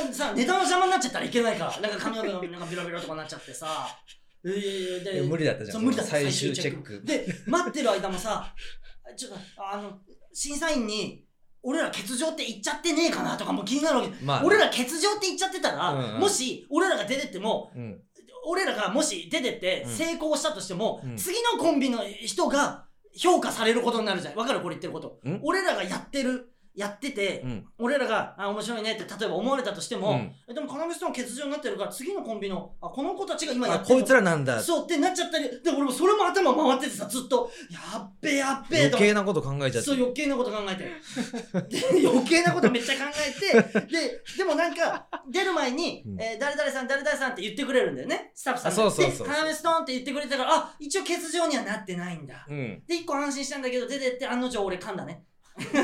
Speaker 1: んさネタの邪魔になっちゃったらいけないからなんか髪の毛がなんかビロビロとかなっちゃってさ、えー
Speaker 2: いや無理だったじゃん
Speaker 1: そう無理だった
Speaker 2: 最終チェック
Speaker 1: 最終チェックで待ってる間もさちょっとあの審査員に俺ら欠場って言っちゃってねえかなとかも気になるわけ、
Speaker 2: まあ
Speaker 1: 俺ら欠場って言っちゃってたら、
Speaker 2: うんうん
Speaker 1: もし俺らが出てっても
Speaker 2: うん、
Speaker 1: 俺らがもし出てって
Speaker 2: うん
Speaker 1: 成功したとしても、
Speaker 2: うん
Speaker 1: 次のコンビの人が評価されることになるじゃんわかるこれ言ってること、
Speaker 2: ん
Speaker 1: 俺らがやってるやってて、
Speaker 2: うん。
Speaker 1: 俺らが、あ、面白いねって、例えば思われたとしても、
Speaker 2: うん
Speaker 1: えでも、要ストーン欠場になってるから、次のコンビの、あ、この子たちが今や
Speaker 2: あ、
Speaker 1: ってる
Speaker 2: こ
Speaker 1: の
Speaker 2: いつらなんだ。
Speaker 1: そうってなっちゃったり、で、俺もそれも頭回っててさ、ずっと、やっべやっべ
Speaker 2: 余
Speaker 1: とか
Speaker 2: 計なこと考えちゃって
Speaker 1: そう。余計なこと考えて で余計なことめっちゃ考えてででもなんか出る前に
Speaker 2: う
Speaker 1: 「
Speaker 2: ん
Speaker 1: えー誰々さん誰々さん」って言ってくれるんだよねスタッフさんが
Speaker 2: あそうそうそう
Speaker 1: で「カーメストーン」って言ってくれてたからあ一応欠場にはなってないんだ
Speaker 2: うん。
Speaker 1: で一個安心したんだけど出てって案の定俺噛んだね
Speaker 2: そう。
Speaker 1: 俺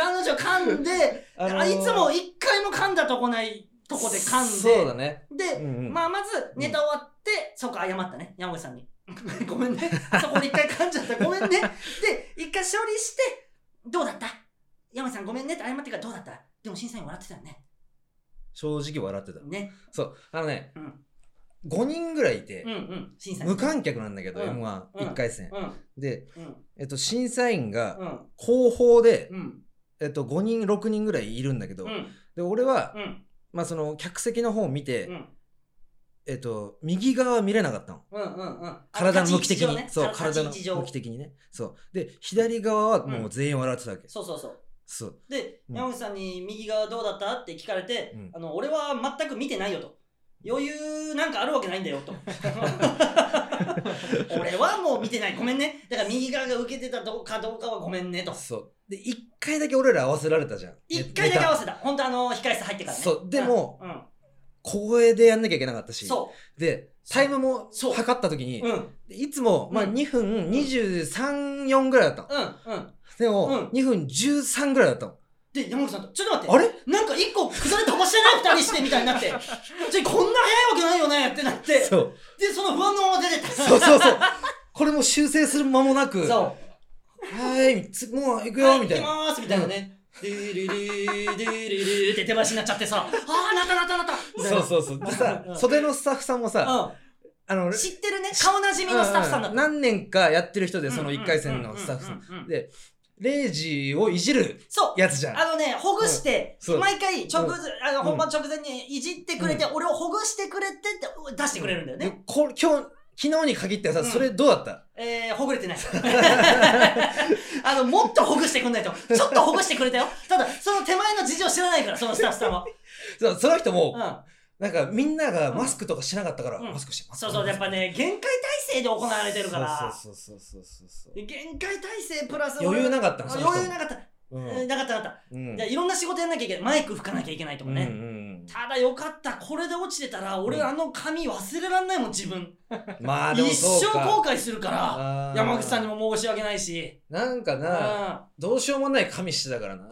Speaker 1: 案の定噛んで、
Speaker 2: あのー
Speaker 1: あいつも一回も噛んだとこないとこで噛んで
Speaker 2: そうだね。
Speaker 1: で、
Speaker 2: うんうん
Speaker 1: まあまずネタ終わって、そこ謝ったね山口さん にごめんね そこで一回噛んじゃったごめんねで一回処理してどうだった山口さんごめんねって謝ってからどうだったでも審査員笑ってたよね
Speaker 2: 正直笑ってた。
Speaker 1: ね
Speaker 2: そう。あのね
Speaker 1: うん、
Speaker 2: 5人ぐらいいて
Speaker 1: うん、うん審査員
Speaker 2: 無観客なんだけど、
Speaker 1: うん
Speaker 2: M11
Speaker 1: うん
Speaker 2: 回戦。
Speaker 1: うん
Speaker 2: で、
Speaker 1: うん
Speaker 2: えっと、審査員が
Speaker 1: うん
Speaker 2: 後方で、
Speaker 1: うん
Speaker 2: えっと、5人、6人ぐらいいるんだけど
Speaker 1: うんう、ん
Speaker 2: で、俺は、
Speaker 1: うん
Speaker 2: まあ、その、客席の方を見て
Speaker 1: う、ん
Speaker 2: えっと、右側は見れなかったの。
Speaker 1: うんうん
Speaker 2: 体の向き的に。そう、体
Speaker 1: 体
Speaker 2: の
Speaker 1: の
Speaker 2: 向き的にね。そう。で、左側はもう全員笑ってたわけ。
Speaker 1: そうそうそう
Speaker 2: そう。
Speaker 1: で、
Speaker 2: うん
Speaker 1: 山口さんに右側どうだったって聞かれて、
Speaker 2: うん
Speaker 1: あの俺は全く見てないよと。余裕なんかあるわけないんだ よと俺はもう見てないごめんねだから右側が受けてたどうかどうかはごめんねと
Speaker 2: そう。で、1回だけ俺ら合わせられたじゃん。
Speaker 1: 一回だけ合わ
Speaker 2: せ
Speaker 1: せた本当あの控え室入ってからね
Speaker 2: そうでも
Speaker 1: うん、うん
Speaker 2: 小声でやんなきゃいけなかったし。
Speaker 1: そ
Speaker 2: で、
Speaker 1: そう
Speaker 2: タイムも
Speaker 1: そう
Speaker 2: 測った時に
Speaker 1: うう、んうん
Speaker 2: いつも、まあ、
Speaker 1: うん
Speaker 2: 2分23、4ぐらいだった
Speaker 1: う
Speaker 2: の。
Speaker 1: ん
Speaker 2: で
Speaker 1: うん
Speaker 2: も、2分13ぐらいだったの。
Speaker 1: で山口さんとちょっと待って
Speaker 2: あれ
Speaker 1: なんか一個下れ飛ばしてない二人してみたいにな ってちょこんな早いわけないよねってなって
Speaker 2: そう。
Speaker 1: でその不安のまま出てった
Speaker 2: そうそうそう。 これも修正する間もなく、
Speaker 1: そう
Speaker 2: はーい、つもう行く
Speaker 1: は
Speaker 2: よ、みたいな。
Speaker 1: 行きますみたいなね。ドゥルルードゥルルーって手ばしになっちゃってさ、ああ、なったなったなったみたい
Speaker 2: そ
Speaker 1: な
Speaker 2: うそうそう。でさ
Speaker 1: う、ん
Speaker 2: 袖のスタッフさんもさ、あの
Speaker 1: うん、知ってるね、顔なじみのスタッフさんだ
Speaker 2: う
Speaker 1: っ
Speaker 2: う
Speaker 1: た。
Speaker 2: 何年かやってる人で、その
Speaker 1: うん
Speaker 2: 1回戦のスタッフさん。。
Speaker 1: うううう
Speaker 2: で、レイジをいじる
Speaker 1: そう。
Speaker 2: やつじゃん。
Speaker 1: あのね、ほぐして
Speaker 2: うんそ、う
Speaker 1: 毎回直前、あの
Speaker 2: うん
Speaker 1: 本番直前にいじってくれて、俺をほぐしてくれてって出してくれるんだよね。
Speaker 2: でこ今日、昨日に限ってはさ、
Speaker 1: うん
Speaker 2: それどうだった
Speaker 1: えー、ほぐれてない。 あの、もっとほぐしてくんないと。ちょっとほぐしてくれたよ。ただ、その手前の事情知らないから、そのスタッフさんは。
Speaker 2: そうその人も、
Speaker 1: うん。
Speaker 2: なんかみんながマスクとかしなかったから、
Speaker 1: うん
Speaker 2: マスクしてます。
Speaker 1: そうそう、やっぱね、限界体制で行われてるから。
Speaker 2: そうそうそうそうそうそう。
Speaker 1: 限界体制プラス
Speaker 2: 余裕な
Speaker 1: か
Speaker 2: かったの、その人も
Speaker 1: 余裕なかった、
Speaker 2: うん
Speaker 1: なかったなかった、
Speaker 2: うん
Speaker 1: じゃあいろんな仕事やんなきゃいけないマイク吹かなきゃいけないとかね、
Speaker 2: うんうん
Speaker 1: ただよかったこれで落ちてたら俺、
Speaker 2: うん
Speaker 1: あの紙忘れらんないもん自分
Speaker 2: うんまあでも
Speaker 1: 一
Speaker 2: そう
Speaker 1: 生
Speaker 2: か
Speaker 1: 後悔するから
Speaker 2: あー
Speaker 1: 山口さんにも申し訳ないし
Speaker 2: なんか
Speaker 1: うん
Speaker 2: などうしようもない神してたからな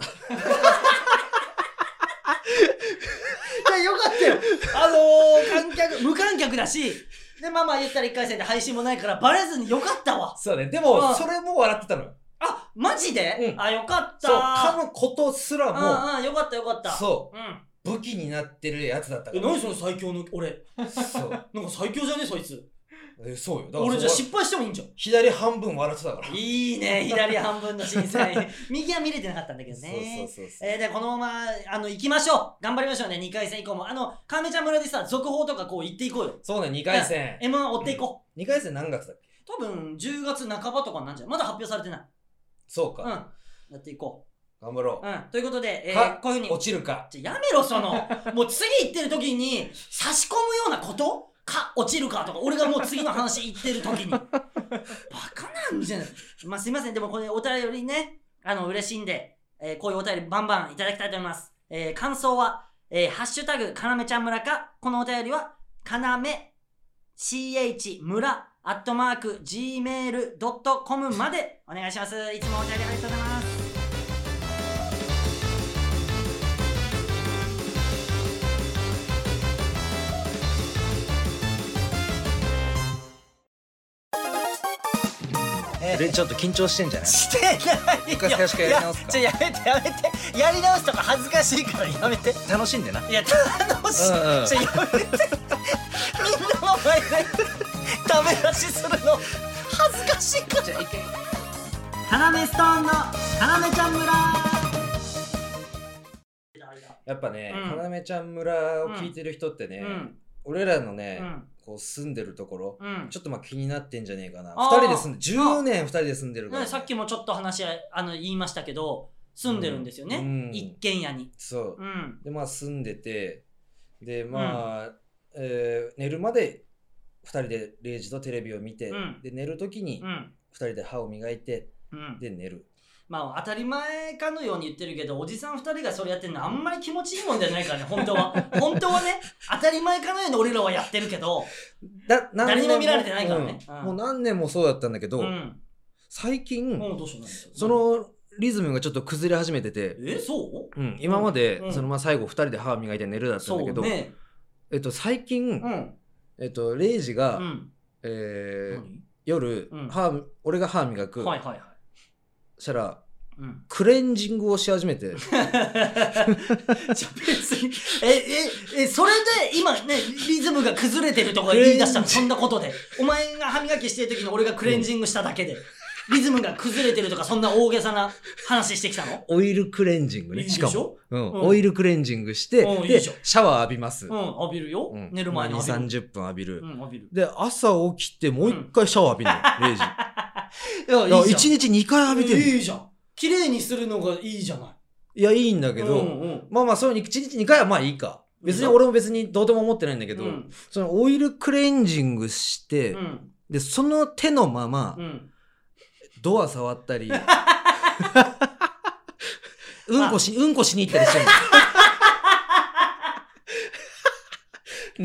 Speaker 1: いやよかったよあのー観客無観客だしでまあまあ言ったら1回戦で配信もないからバレずによかったわ
Speaker 2: そうねで
Speaker 1: う
Speaker 2: も
Speaker 1: ん
Speaker 2: それも笑ってたのよ
Speaker 1: あマジで、
Speaker 2: うん
Speaker 1: あよかった
Speaker 2: そうかのことすらも
Speaker 1: うんうんよかったよかった、
Speaker 2: そう
Speaker 1: うん
Speaker 2: う武器になってるやつだったか
Speaker 1: え、
Speaker 2: ら
Speaker 1: 何その最強の俺。
Speaker 2: そう
Speaker 1: なんか最強じゃねえ、そいつ。
Speaker 2: えそうよだから
Speaker 1: 俺じゃあ
Speaker 2: そこ
Speaker 1: 失敗してもいいんじゃん。
Speaker 2: 左半分笑ってたから
Speaker 1: いいね、左半分の審査員。 右は見れてなかったんだけど
Speaker 2: そう
Speaker 1: ね。
Speaker 2: そうそうそう
Speaker 1: えー、で、このまま、あの、行きましょう頑張りましょうね、2回戦以降も。あの、亀ちゃん村でさ、続報とかこう言っていこうよ。
Speaker 2: そうね2回戦
Speaker 1: M1 追っていこ
Speaker 2: 2回戦何月だっけ
Speaker 1: う。多分、10月半ばとかなんじゃん。まだ発表されてない。
Speaker 2: そう
Speaker 1: うん。
Speaker 2: か、
Speaker 1: やっていこ
Speaker 2: 頑張ろ
Speaker 1: う。うん。ということで、え
Speaker 2: か
Speaker 1: ー、こういうふう
Speaker 2: う
Speaker 1: に。
Speaker 2: 落ちるか
Speaker 1: ちょやめろ、その、もう次行ってる時に、差し込むようなことか、落ちるかとか、俺がもう次の話行ってる時に。バカなんじゃないまあ、すいません、でもこれお便りね、あの、嬉しいんで、えーこういうお便りバンバンいただきたいと思います。えー感想は、えーハッシュタグ、かなめちゃん村か、このお便りは、かなめ、ch 村、アットマーク、gmail.com までお願いします。いつもお便りありがとうございます。
Speaker 2: でちょっと緊張してんじゃない
Speaker 1: してないよ
Speaker 2: 一回最初からやり直す
Speaker 1: いや
Speaker 2: か
Speaker 1: ちょやめてやめてやり直すとか恥ずかしいからやめて
Speaker 2: 楽しんでない
Speaker 1: や楽しい、
Speaker 2: うんうん
Speaker 1: ちょやめてみんなの前でダメ出しするの恥ずかしいからじゃあいけカナメストーンのカナメちゃん村
Speaker 2: やっぱね
Speaker 1: うん
Speaker 2: 要ちゃん村を聞いてる人ってね
Speaker 1: うん
Speaker 2: 俺らのね、
Speaker 1: うん
Speaker 2: こう住んでるところ、
Speaker 1: うん
Speaker 2: ちょっとまあ気になってんじゃねえかな。
Speaker 1: あ
Speaker 2: 二
Speaker 1: ー
Speaker 2: 人で住んで、10年二人で住んでるから、
Speaker 1: ねさっきもちょっと話し合いあの言いましたけど住んでるんですよね、
Speaker 2: うん
Speaker 1: 一軒家に
Speaker 2: そう。
Speaker 1: うん
Speaker 2: で、まあ住んでて、で、まあ、えー寝るまで二人で0時とテレビを見て、
Speaker 1: うん
Speaker 2: で、寝るときに
Speaker 1: うん
Speaker 2: 二人で歯を磨いて、
Speaker 1: うん、
Speaker 2: で、寝る。
Speaker 1: まあ当たり前かのように言ってるけどおじさん2人がそれやってるのあんまり気持ちいいもんじゃないからね本当 は本当はね当たり前かのように俺らはやってるけど
Speaker 2: だ
Speaker 1: 誰にも見られてないからね
Speaker 2: うん
Speaker 1: うん
Speaker 2: もう何年もそうだったんだけど、
Speaker 1: うん
Speaker 2: 最近、
Speaker 1: もうどうしたの
Speaker 2: そのリズムがちょっと崩れ始めてて、
Speaker 1: えそう
Speaker 2: うん、今まで、
Speaker 1: うん
Speaker 2: そのまあ最後2人で歯を磨いて寝るだったん
Speaker 1: そ
Speaker 2: だけ
Speaker 1: う
Speaker 2: ど、
Speaker 1: ね
Speaker 2: えっと、最近、
Speaker 1: うん
Speaker 2: えっと、レイジが、
Speaker 1: うん
Speaker 2: えー
Speaker 1: 何
Speaker 2: 夜、
Speaker 1: うん
Speaker 2: 歯俺が歯磨く、
Speaker 1: はいはいはい
Speaker 2: したら
Speaker 1: うん
Speaker 2: クレンジングをし始めて
Speaker 1: じゃあ別にえええそれで今ねリズムが崩れてるとか言い出したの
Speaker 2: クレンジ
Speaker 1: そんなことでお前が歯磨きしてる時に俺がクレンジングしただけでリズムが崩れてるとかそんな大げさな話してきたの
Speaker 2: オイルクレンジング
Speaker 1: いい
Speaker 2: ね
Speaker 1: で
Speaker 2: し
Speaker 1: し
Speaker 2: か
Speaker 1: ょ
Speaker 2: も、うん
Speaker 1: うん
Speaker 2: オイルクレンジングして、
Speaker 1: うんい
Speaker 2: で
Speaker 1: いじゃん
Speaker 2: シャワー浴びます、
Speaker 1: うん、浴びるよ。
Speaker 2: うん
Speaker 1: 寝る前に
Speaker 2: 2
Speaker 1: 浴びる。
Speaker 2: 3 0分浴びる、
Speaker 1: うん、浴びる。
Speaker 2: で朝起きてもう一回シャワー浴びる の、レイジ
Speaker 1: いや、
Speaker 2: だから1日2回浴びてる、
Speaker 1: いいじゃん。綺麗にするのがいいじゃない。
Speaker 2: いやいいんだけど、
Speaker 1: うんうん。
Speaker 2: まあまあそういう1日2回はまあいいか別に
Speaker 1: うん
Speaker 2: 俺も別にどうでも思ってないんだけど、
Speaker 1: うん
Speaker 2: そのオイルクレンジングして、
Speaker 1: うん。
Speaker 2: でその手のまま
Speaker 1: うん。
Speaker 2: ドア触っ たり、うんこし、うんこしに行った りしてる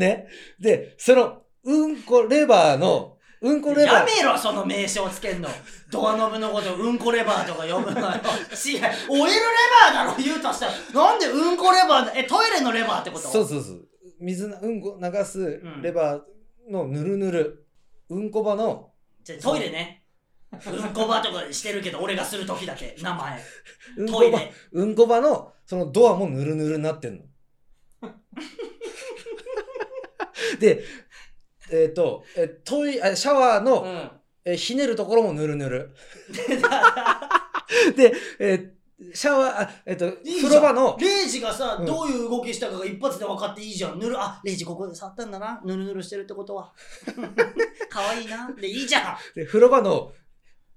Speaker 2: のね。で、その、うんこレバーの、うんこレ
Speaker 1: や
Speaker 2: バー。
Speaker 1: めろ、その名称つけんの。ドアノブのこと、うんこレバーとか呼ぶのよ。 違う、オイルレバーだろ、言うとしたら。なんでうんこレバーだえ、トイレのレバーってこと
Speaker 2: そうそうそう。水な、うんこ流す
Speaker 1: ん
Speaker 2: レバーのぬるぬる。うんこ場の、
Speaker 1: じゃトイレね。うんこばとかしてるけど、俺がするときだけ、名前。
Speaker 2: うん
Speaker 1: ト
Speaker 2: こ
Speaker 1: イ
Speaker 2: 場
Speaker 1: レ、
Speaker 2: うんこ場の、そのドアもぬるぬるになってん の。で、えっ、と、えトイあシャワーの、
Speaker 1: うん。
Speaker 2: えーひねるところもぬるぬる。で、えーシャワー、あえっ、と、
Speaker 1: いいじゃん
Speaker 2: 風呂場の、
Speaker 1: レイジがさ、
Speaker 2: うん
Speaker 1: どういう動きしたかが一発で分かっていいじゃん。ぬる、あ、レイジここで触ったんだな。ぬるぬるしてるってことは。 かわいいな。で、いいじゃん。
Speaker 2: で風呂場の、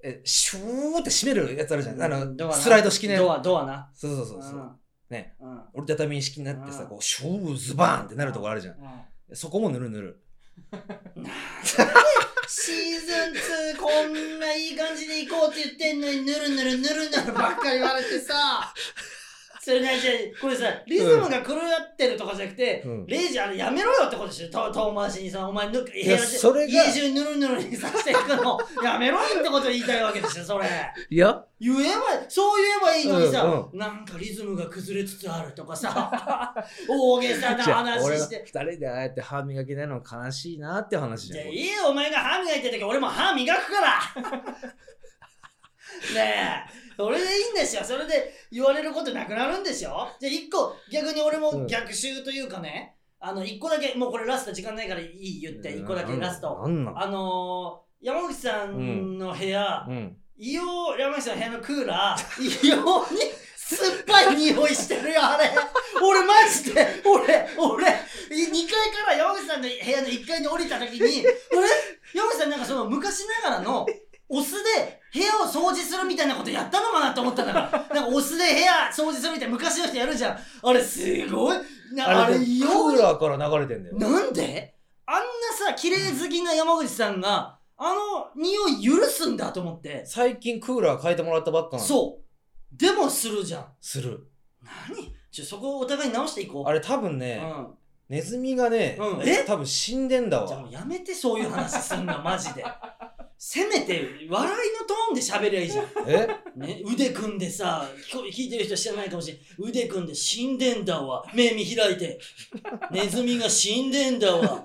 Speaker 2: えーシューって閉めるやつあるじゃん。あ
Speaker 1: ドア
Speaker 2: の、
Speaker 1: な
Speaker 2: スライド式ね。
Speaker 1: ドア、ドアな。
Speaker 2: そうそうそうそう。ね。
Speaker 1: うん。うん。
Speaker 2: 折りたたみ式になってさ、
Speaker 1: うん
Speaker 2: こう、シューズバーンってなるとこあるじゃん。そこもぬるぬる。
Speaker 1: シーズン2こんないい感じで行こうって言ってんのにぬるぬるぬるぬるばっかり言われてさそれねじゃあこれさリズムが狂ってるとかじゃなくて、
Speaker 2: うん
Speaker 1: レイジあれやめろよってことでしょと遠回しにさお前ぬ部
Speaker 2: や
Speaker 1: 屋で
Speaker 2: それが
Speaker 1: 家中ぬるぬるにさせていく のやめろよってこと言いたいわけでしょそれ
Speaker 2: いや
Speaker 1: 言えばそう言えばいいのにさ、
Speaker 2: うん
Speaker 1: なんかリズムが崩れつつあるとかさ大げさな話
Speaker 2: 俺は
Speaker 1: して
Speaker 2: 二人でああやって歯磨けないの悲しいなって
Speaker 1: じ
Speaker 2: 話じ
Speaker 1: ゃ
Speaker 2: ゃ
Speaker 1: あ
Speaker 2: ん。
Speaker 1: いいよお前が歯磨いてる時俺も歯磨くから ねえそれでいいんですよそれで言われることなくなるんでしょじゃあ一個逆に俺
Speaker 2: うん
Speaker 1: も逆襲というかね、あの一個だけもうこれラスト時間ないからいい言って一個だけラスト、
Speaker 2: なんなん
Speaker 1: あのー、山口さんの部屋、
Speaker 2: うん。
Speaker 1: 異様山口さんの部屋のクーラー 異様に酸っぱい匂いしてるよあれ俺マジで俺俺2階から山口さんの部屋の1階に降りた 時に俺山口さんなんかその昔ながらのお酢で部屋を掃除するみたいなことやったのかなと思ったんだからなんかお酢で部屋掃除するみたいな昔の人やるじゃんあれすごいなあ
Speaker 2: あれ、
Speaker 1: れ
Speaker 2: ク
Speaker 1: 異様に
Speaker 2: ーラーから流れてんだよ。
Speaker 1: なんであんなさ綺麗好きな山口さんがあの匂い許すんだと思って
Speaker 2: 最近クーラー変えてもらったばっかなの。
Speaker 1: そう。でもするじゃん。
Speaker 2: する。
Speaker 1: 何ちょ、そこをお互い直していこう。
Speaker 2: あれ多分ね、
Speaker 1: うん。
Speaker 2: ネズミがね、
Speaker 1: うんえ
Speaker 2: 多分死んでんだ
Speaker 1: じゃあも
Speaker 2: わ
Speaker 1: う。やめてそういう話す んな、マジで。せめて、笑いのトーンで喋りゃいいじゃん。
Speaker 2: え
Speaker 1: ね、腕組んでさ、聞こ聞いてる人知らないかもしれん。腕組んで死んでんだわ。目見開いて。ネズミが死んでんだわ。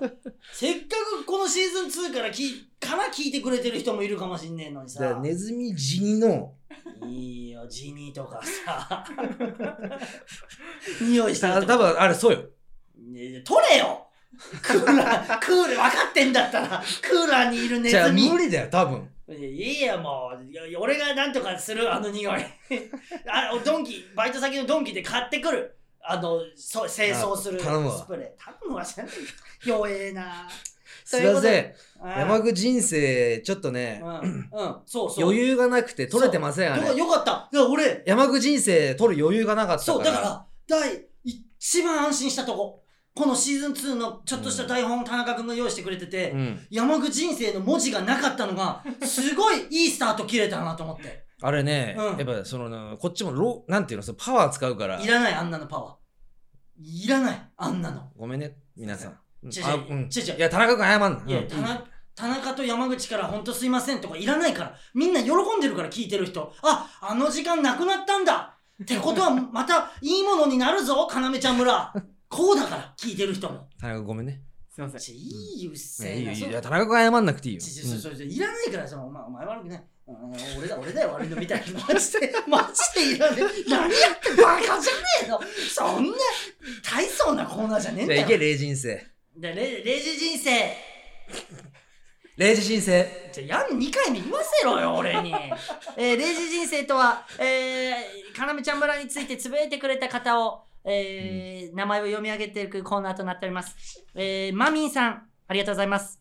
Speaker 1: せっかくこのシーズン2からきから聞いてくれてる人もいるかもしんねえのに
Speaker 2: だから
Speaker 1: さ。
Speaker 2: ネズミ地にの
Speaker 1: いいよ、ジニーとか さ。匂いした
Speaker 2: た
Speaker 1: ら
Speaker 2: 多分あれそうよ
Speaker 1: ね、取れよクーラー、クーラー、分かってんだったら、クーラーにいるネ
Speaker 2: じゃあ
Speaker 1: ズミ。
Speaker 2: 無理だよ多分
Speaker 1: いやいいや、もういや。俺がなんとかする、あの匂い。あドンキ、バイト先のドンキで買ってくる。あのそう清掃するス
Speaker 2: あ頼むわ
Speaker 1: プレー頼むわじゃない弱えな
Speaker 2: すいません。
Speaker 1: うん
Speaker 2: 山口人生、ちょっとね
Speaker 1: う、ん、うん、そうそう
Speaker 2: 余裕がなくて取れてません、あ
Speaker 1: だから
Speaker 2: れ。
Speaker 1: よかっただから俺
Speaker 2: 山口人生取る余裕がなかったか
Speaker 1: そ
Speaker 2: ら。
Speaker 1: うだから第一番安心したとここのシーズン2のちょっとした台本を田中君が用意してくれてて、
Speaker 2: うん。
Speaker 1: 山口人生の文字がなかったのがすごいいいスタート切れたなと思って
Speaker 2: あれね、
Speaker 1: うん
Speaker 2: やっぱその、こっちもロ、なんていうの、そのパワー使うから
Speaker 1: い。らないあんなのパワーいらないあんなの
Speaker 2: ごめんね、皆さん。うん
Speaker 1: ちょちょ
Speaker 2: あうん
Speaker 1: ちょちょ
Speaker 2: いや、田中君謝んな。
Speaker 1: いや
Speaker 2: うん
Speaker 1: 田中田中と山口から本当すいませんとかいらないからみんな喜んでるから聞いてる人ああの時間なくなったんだってことはまたいいものになるぞ要ちゃん村こうだから聞いてる人も
Speaker 2: 田中君ごめん ね。
Speaker 3: すいません。
Speaker 1: ちょいいうっせ
Speaker 2: いや、
Speaker 1: え
Speaker 2: いい
Speaker 1: な
Speaker 2: よ
Speaker 1: い
Speaker 2: いよ。い
Speaker 1: そ
Speaker 2: や田中君謝んなくていいよ。
Speaker 1: ちちそそそいらないからそのお前お前悪くないうん俺だ俺だよ悪いのみたい なマジでマジでいらない何やってんバカじゃねえのそんな大層なコーナーじゃねえ
Speaker 2: う
Speaker 1: ん
Speaker 2: んじ
Speaker 1: だ
Speaker 2: ゃあ、
Speaker 1: よ
Speaker 2: いけ、霊人生。
Speaker 1: でレレジ人生
Speaker 2: 霊人人生。
Speaker 1: じゃあ、やん2回目言わせろよ、俺に。えー、レイジ人生とは、えー、かなめちゃん村についてつぶえてくれた方を、えー名前を読み上げていくコーナーとなっております。えー、マミンさん、ありがとうございます。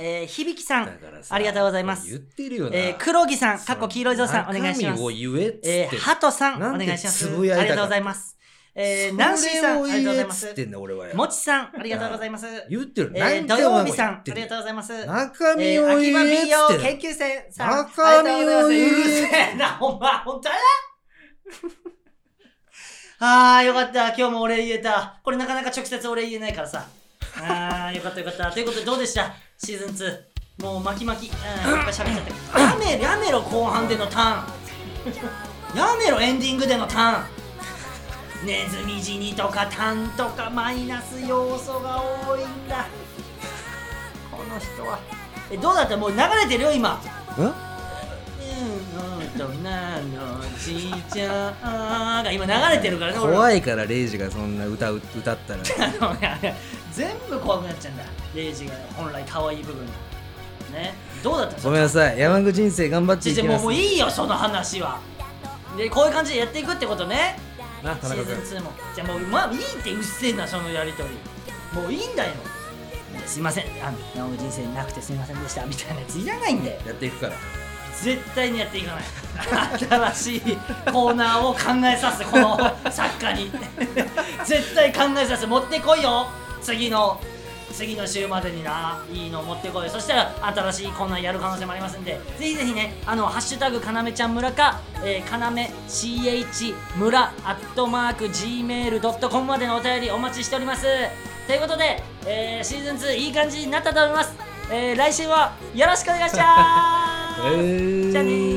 Speaker 1: えー、響さ
Speaker 2: だ
Speaker 1: ん、
Speaker 2: からさ
Speaker 1: ありがとうございます
Speaker 2: 言ってるよな。
Speaker 1: えー、黒木さん、
Speaker 2: そ
Speaker 1: か
Speaker 2: の
Speaker 1: っこ黄色いぞさん、お願いします
Speaker 2: 中。身を言えっつって。
Speaker 1: えー、ハトさん、お
Speaker 2: なん
Speaker 1: 願
Speaker 2: て
Speaker 1: いします。あ
Speaker 2: つぶ
Speaker 1: り
Speaker 2: やいたか
Speaker 1: がとうございます。えー、ナンシーさん、ありがとうございま
Speaker 2: そ
Speaker 1: す
Speaker 2: れを言えっつっ。てんだ俺はよ。
Speaker 1: もちさん、ありがとうございます。
Speaker 2: 言ってる。
Speaker 1: え
Speaker 2: な
Speaker 1: ー、
Speaker 2: んて
Speaker 1: 土曜日さん、あ
Speaker 2: 言って
Speaker 1: りが
Speaker 2: る
Speaker 1: とうございます。
Speaker 2: 中身
Speaker 1: え
Speaker 2: を
Speaker 1: ー、秋葉
Speaker 2: 言え
Speaker 1: 美容
Speaker 2: っつって
Speaker 1: 研
Speaker 2: んだ。
Speaker 1: 究生さん。
Speaker 2: 中身
Speaker 1: あり
Speaker 2: を
Speaker 1: がとうござい
Speaker 2: 言
Speaker 1: ます
Speaker 2: う
Speaker 1: うるせえな、お前、本当やあー、よかった。今日も俺言えた。これなかなか直接俺言えないからさ。あー、よかったよかった。ということで、どうでしたシーズン2。もう巻き巻き。うん、いっぱい喋っちゃった。やめろ、やめろ、後半でのターン。やめろ、エンディングでのターン。ネズミ死にとかタンとかマイナス要素が多いんだ。この人は。え、どうだったもう流れてるよ、今。
Speaker 2: ん
Speaker 1: うん、大人のじいちゃんが今流れてるからね、俺は
Speaker 2: 怖いからレイジがそんな歌う歌ったら。
Speaker 1: あのね全部怖くなっちゃうんだレイジが本来可愛い部分がねどうだった
Speaker 2: ごめんなさい。山口人生頑張って
Speaker 1: ち
Speaker 2: い
Speaker 1: ち
Speaker 2: き
Speaker 1: も
Speaker 2: ま
Speaker 1: う
Speaker 2: す。
Speaker 1: もういいよその話はでこういう感じでやっていくってことね
Speaker 2: な
Speaker 1: シ
Speaker 2: 田中君。
Speaker 1: ーズン2もじゃあもうまあいいってうっせえなそのやりとりもういいんだよすいませんあの山本人生なくてすいませんでしたみたいなやついらないんだよ
Speaker 2: やっていくから。
Speaker 1: 絶対にやっていかない新しいコーナーを考えさせてこの作家に絶対考えさせて持ってこいよ次の次の週までにないいの持ってこいそしたら新しいコーナーやる可能性もありますんでぜひぜひねあの「ハッシュタグかなめちゃん村」か「えー、かなめ CH 村」アットマーク Gmail.com までのお便りお待ちしておりますということで、えーシーズン2いい感じになったと思います、えー来週はよろしくお願いします
Speaker 2: えー
Speaker 1: じゃあねー